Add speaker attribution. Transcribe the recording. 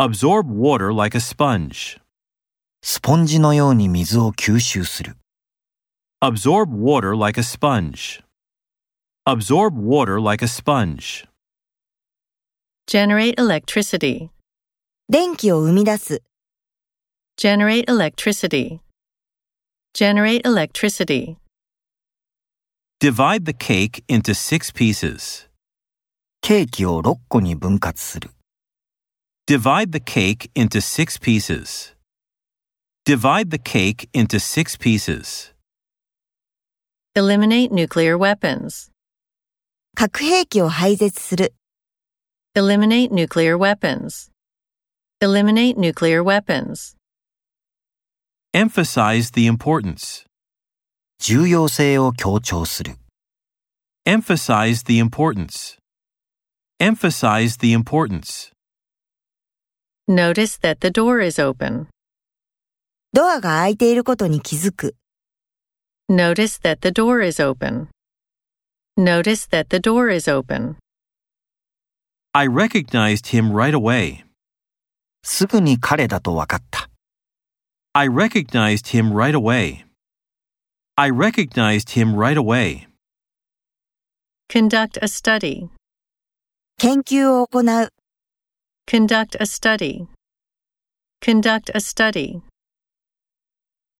Speaker 1: Absorb water like a sponge.
Speaker 2: スポンジのように水を吸収する。
Speaker 1: Absorb water like a sponge. Absorb water like a sponge.
Speaker 3: Generate electricity.
Speaker 4: 電気を生み出す、
Speaker 3: Generate electricity. Generate electricity.
Speaker 1: Divide the cake into six pieces.
Speaker 2: ケーキを6個に分割する。
Speaker 1: Divide the cake into six pieces. Divide the cake into six pieces.
Speaker 3: Eliminate nuclear weapons.
Speaker 4: 核兵器を廃絶する、
Speaker 3: Eliminate nuclear weapons. Eliminate nuclear weapons.
Speaker 1: Emphasize the importance.
Speaker 2: 重要性を強調する。
Speaker 1: Emphasize the importance. Emphasize the importance.
Speaker 3: Notice that the door is open.
Speaker 4: ドアが開いていることに気づく、
Speaker 3: Notice that the door is open. Notice that the door is open.
Speaker 1: I recognized him right away.
Speaker 2: すぐに彼だと分かった。
Speaker 1: I recognized him right away. I recognized him right away.
Speaker 3: Conduct a study.
Speaker 4: 研究を行う。
Speaker 3: Conduct a study. Conduct a study.